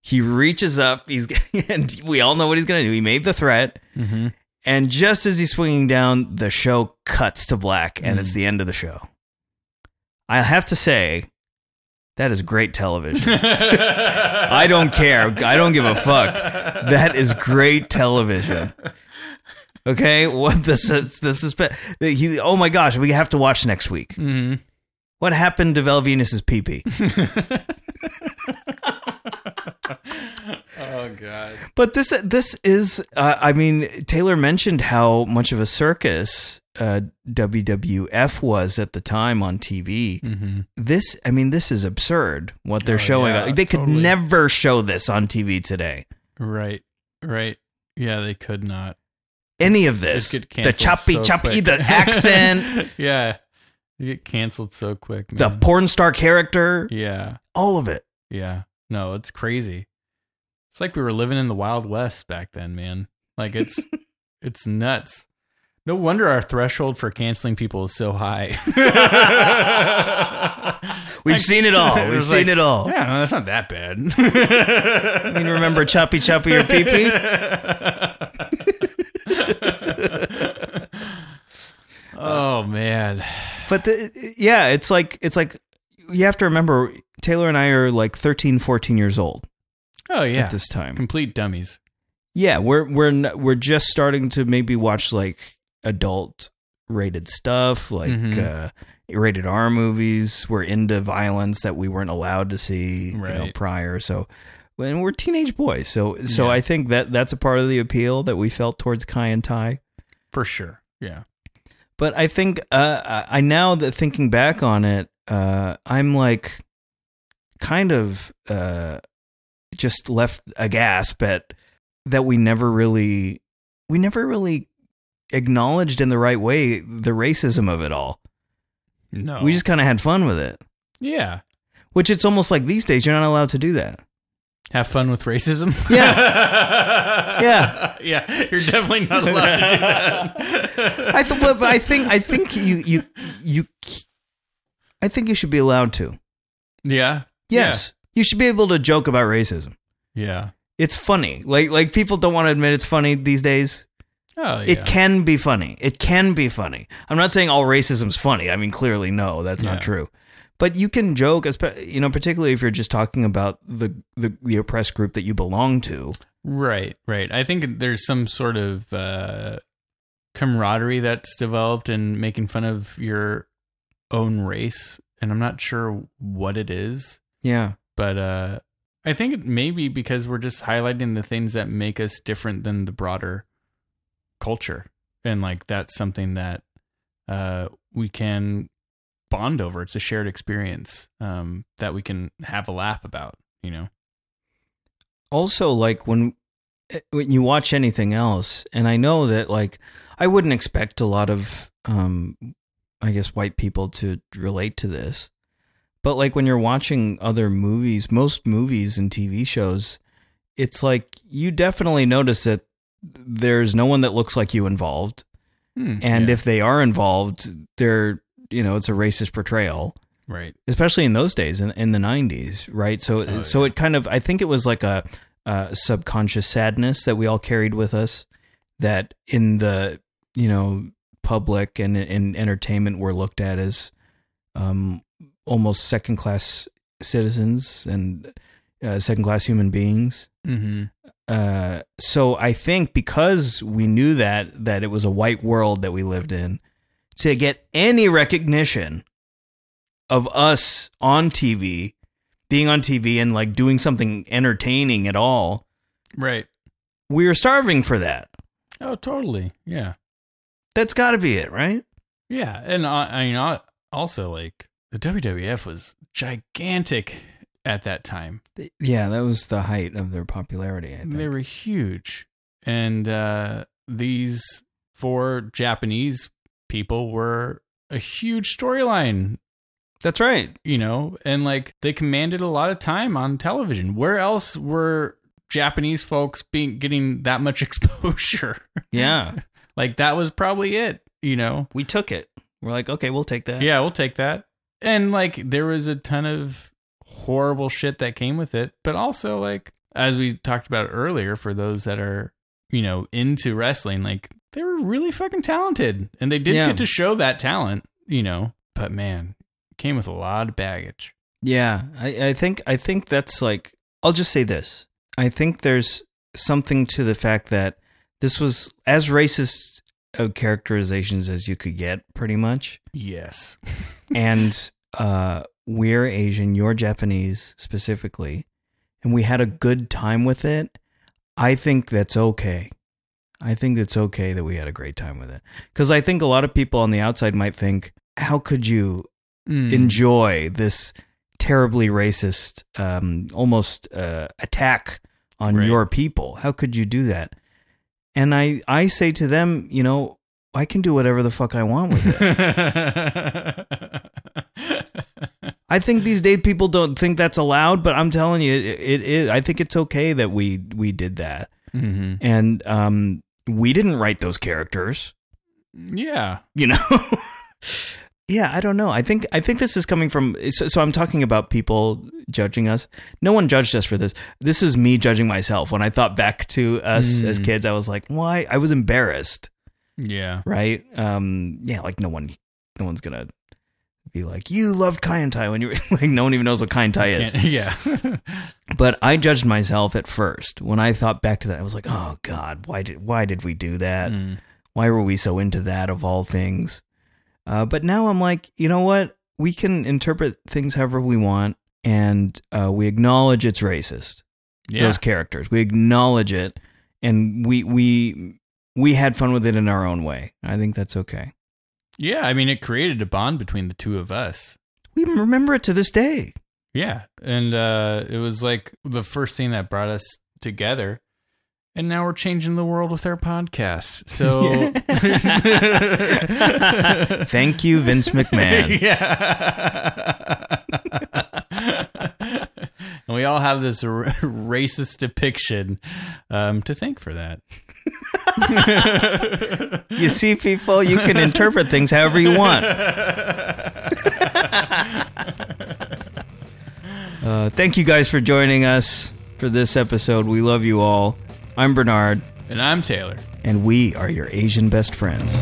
S2: He reaches up. He's [laughs] and we all know what he's gonna do. He made the threat,
S1: Mm-hmm.
S2: and just as he's swinging down, the show cuts to black, and
S1: Mm.
S2: it's the end of the show. I have to say, that is great television. I
S1: I
S2: don't care. I don't give a fuck. That is great television. Okay, what the sus- the suspense? He, oh my gosh, we have to watch next week.
S1: Mm-hmm.
S2: What happened to Val Venus's pee pee?
S1: Oh God.
S2: But this this is, uh, I mean, Taylor mentioned how much of a circus uh, WWF was at the time on TV.
S1: Mm-hmm.
S2: This, I mean, this is absurd. What they're
S1: Oh,
S2: showing,
S1: yeah,
S2: they could
S1: totally.
S2: never show this on TV today.
S1: Right. Right. Yeah, they could not.
S2: Any of
S1: This
S2: this,
S1: get
S2: the
S1: canceled
S2: choppy
S1: so
S2: choppy,
S1: quick. [laughs]
S2: the accent.
S1: yeah, you get canceled so quick.
S2: the
S1: man.
S2: porn star character,
S1: yeah,
S2: all of it.
S1: yeah. No, it's crazy. It's like we were living in the Wild West back then, man. Like
S2: [laughs]
S1: it's it's nuts. No wonder our threshold for canceling people is so high.
S2: We've
S1: Like-
S2: seen
S1: [laughs]
S2: it all. [laughs] We've
S1: was
S2: seen
S1: like,
S2: it all.
S1: Yeah, no, that's not that
S2: [laughs]
S1: bad.
S2: I mean,
S1: [laughs]
S2: Oh. remember Choppy Choppy or Pee Pee?
S1: oh man.
S2: But the, yeah, it's like it's like you have to remember Taylor and I are like 13, 14 years old
S1: Oh yeah.
S2: at this time.
S1: Complete dummies.
S2: Yeah, we're we're n- we're just starting to maybe watch like adult rated stuff, like
S1: Mhm.
S2: uh, rated R movies. We're into violence that we weren't allowed to see you know,
S1: Right.
S2: prior. So and we're teenage boys. So so
S1: Yeah.
S2: I think that that's a part of the appeal that we felt towards Kai and Tai.
S1: For sure. Yeah.
S2: But I think uh, I I now that thinking back on it, uh, I'm like, kind of uh, just left aghast at that we never really we never really acknowledged in the right way the racism of it all.
S1: No.
S2: We just kind of had fun with it,
S1: yeah.
S2: which it's almost like these days you're not allowed to do that.
S1: Have fun with racism. [laughs]
S2: Yeah. Yeah.
S1: Yeah. You're definitely not allowed to do that.
S2: [laughs] I th- but I think I think you you you I think you should be allowed to.
S1: yeah.
S2: Yes. You should be able to joke about racism.
S1: Yeah.
S2: It's funny. Like like people don't want to admit it's funny these days.
S1: Oh, yeah.
S2: It can be funny. It can be funny. I'm not saying all racism's funny. I mean, clearly, no, that's
S1: Yeah.
S2: not true. But you can joke, espe- you know, particularly if you're just talking about the, the the oppressed group that you belong to.
S1: Right, right. I think there's some sort of uh, camaraderie that's developed in making fun of your own race, and I'm not sure what it is,
S2: Yeah,
S1: but uh, I think it may be because we're just highlighting the things that make us different than the broader culture, and like that's something that uh, we can bond over. It's a shared experience um, that we can have a laugh about. You know?
S2: also like when eh, when you watch anything else and i know that like i wouldn't expect a lot of um i guess white people to relate to this but like when you're watching other movies most movies and tv shows it's like you definitely notice that there's no one that looks like you involved
S1: Hmm,
S2: and
S1: yeah,
S2: if they are involved they're you know it's a racist portrayal
S1: right.
S2: especially in those days in, in the 90s right so
S1: Oh,
S2: so
S1: yeah.
S2: it kind of i think it was like a, uh subconscious sadness that we all carried with us that in the you know public and in entertainment were looked at as um almost second class citizens and uh, second class human beings
S1: Mm-hmm.
S2: uh so i think because we knew that that it was a white world that we lived in to get any recognition of us on tv being on tv and like doing something entertaining at all
S1: Right.
S2: we were starving for that
S1: Oh, totally. Yeah.
S2: that's got to be it right
S1: Yeah. And I, I mean, I, also, like, the WWF was gigantic at that time.
S2: yeah that was the height of their popularity i think
S1: They were huge. And uh, these four Japanese people were a huge storyline,
S2: that's right
S1: you know, and like they commanded a lot of time on television. Where else were Japanese folks being getting that much [laughs] exposure?
S2: yeah
S1: like, that was probably it, you know?
S2: we took it we're like okay we'll take that
S1: Yeah, we'll take that. And like there was a ton of horrible shit that came with it, but also like as we talked about earlier for those that are, you know, into wrestling, like they were really fucking talented and they did
S2: Yeah.
S1: get to show that talent, you know. But man, it came with a lot of baggage.
S2: Yeah, I, I think I think that's like I'll just say this. I think there's something to the fact that this was as racist of characterizations as you could get, pretty much.
S1: Yes.
S2: and uh, we're Asian, you're Japanese specifically, and we had a good time with it. I think that's okay. I think it's okay that we had a great time with it because I think a lot of people on the outside might think, "How could you
S1: Mm. [laughs]
S2: enjoy this terribly racist, um, almost uh, attack on
S1: Right.
S2: your people. How could you do that? And I, I say to them, you know, I can do whatever the fuck I
S1: [laughs]
S2: want with it.
S1: Mm-hmm.
S2: I think these day people don't think that's allowed, but I'm telling you, it, it is. I think it's okay that we we did that,
S1: Mhm.
S2: and um, we didn't write those characters.
S1: Yeah.
S2: you know [laughs] yeah i don't know i think i think this is coming from so, so i'm talking about people judging us no one judged us for this this is me judging myself when i thought back to us
S1: Mm.
S2: as kids i was like why i was embarrassed
S1: Yeah.
S2: right um yeah like no one no one's gonna be like you loved kai and tai when you were [laughs] like no one even knows what kai and tai is
S1: Can't- [laughs] Yeah.
S2: but i judged myself at first when i thought back to that i was like oh god why did why did we do that
S1: Mm.
S2: why were we so into that of all things? Uh, but now I'm like, you know what? We can interpret things however we want, and uh, we acknowledge it's racist.
S1: Yeah.
S2: Those characters, we acknowledge it, and we we we had fun with it in our own way. I think that's okay.
S1: yeah. I mean, it created a bond between the two of us.
S2: We remember it to this day.
S1: Yeah. And uh, it was like the first thing that brought us together. And now we're changing the world with our podcast.
S2: [laughs]
S1: So [laughs]
S2: Thank you, Vince
S1: [laughs]
S2: McMahon.
S1: yeah. and we all have this r- [laughs] racist depiction um, to thank for that.
S2: You see, people, you can interpret things however you want. Uh, thank you guys for joining us for this episode. We love you all. I'm Bernard,
S1: And I'm Taylor.
S2: and we are your Asian best friends.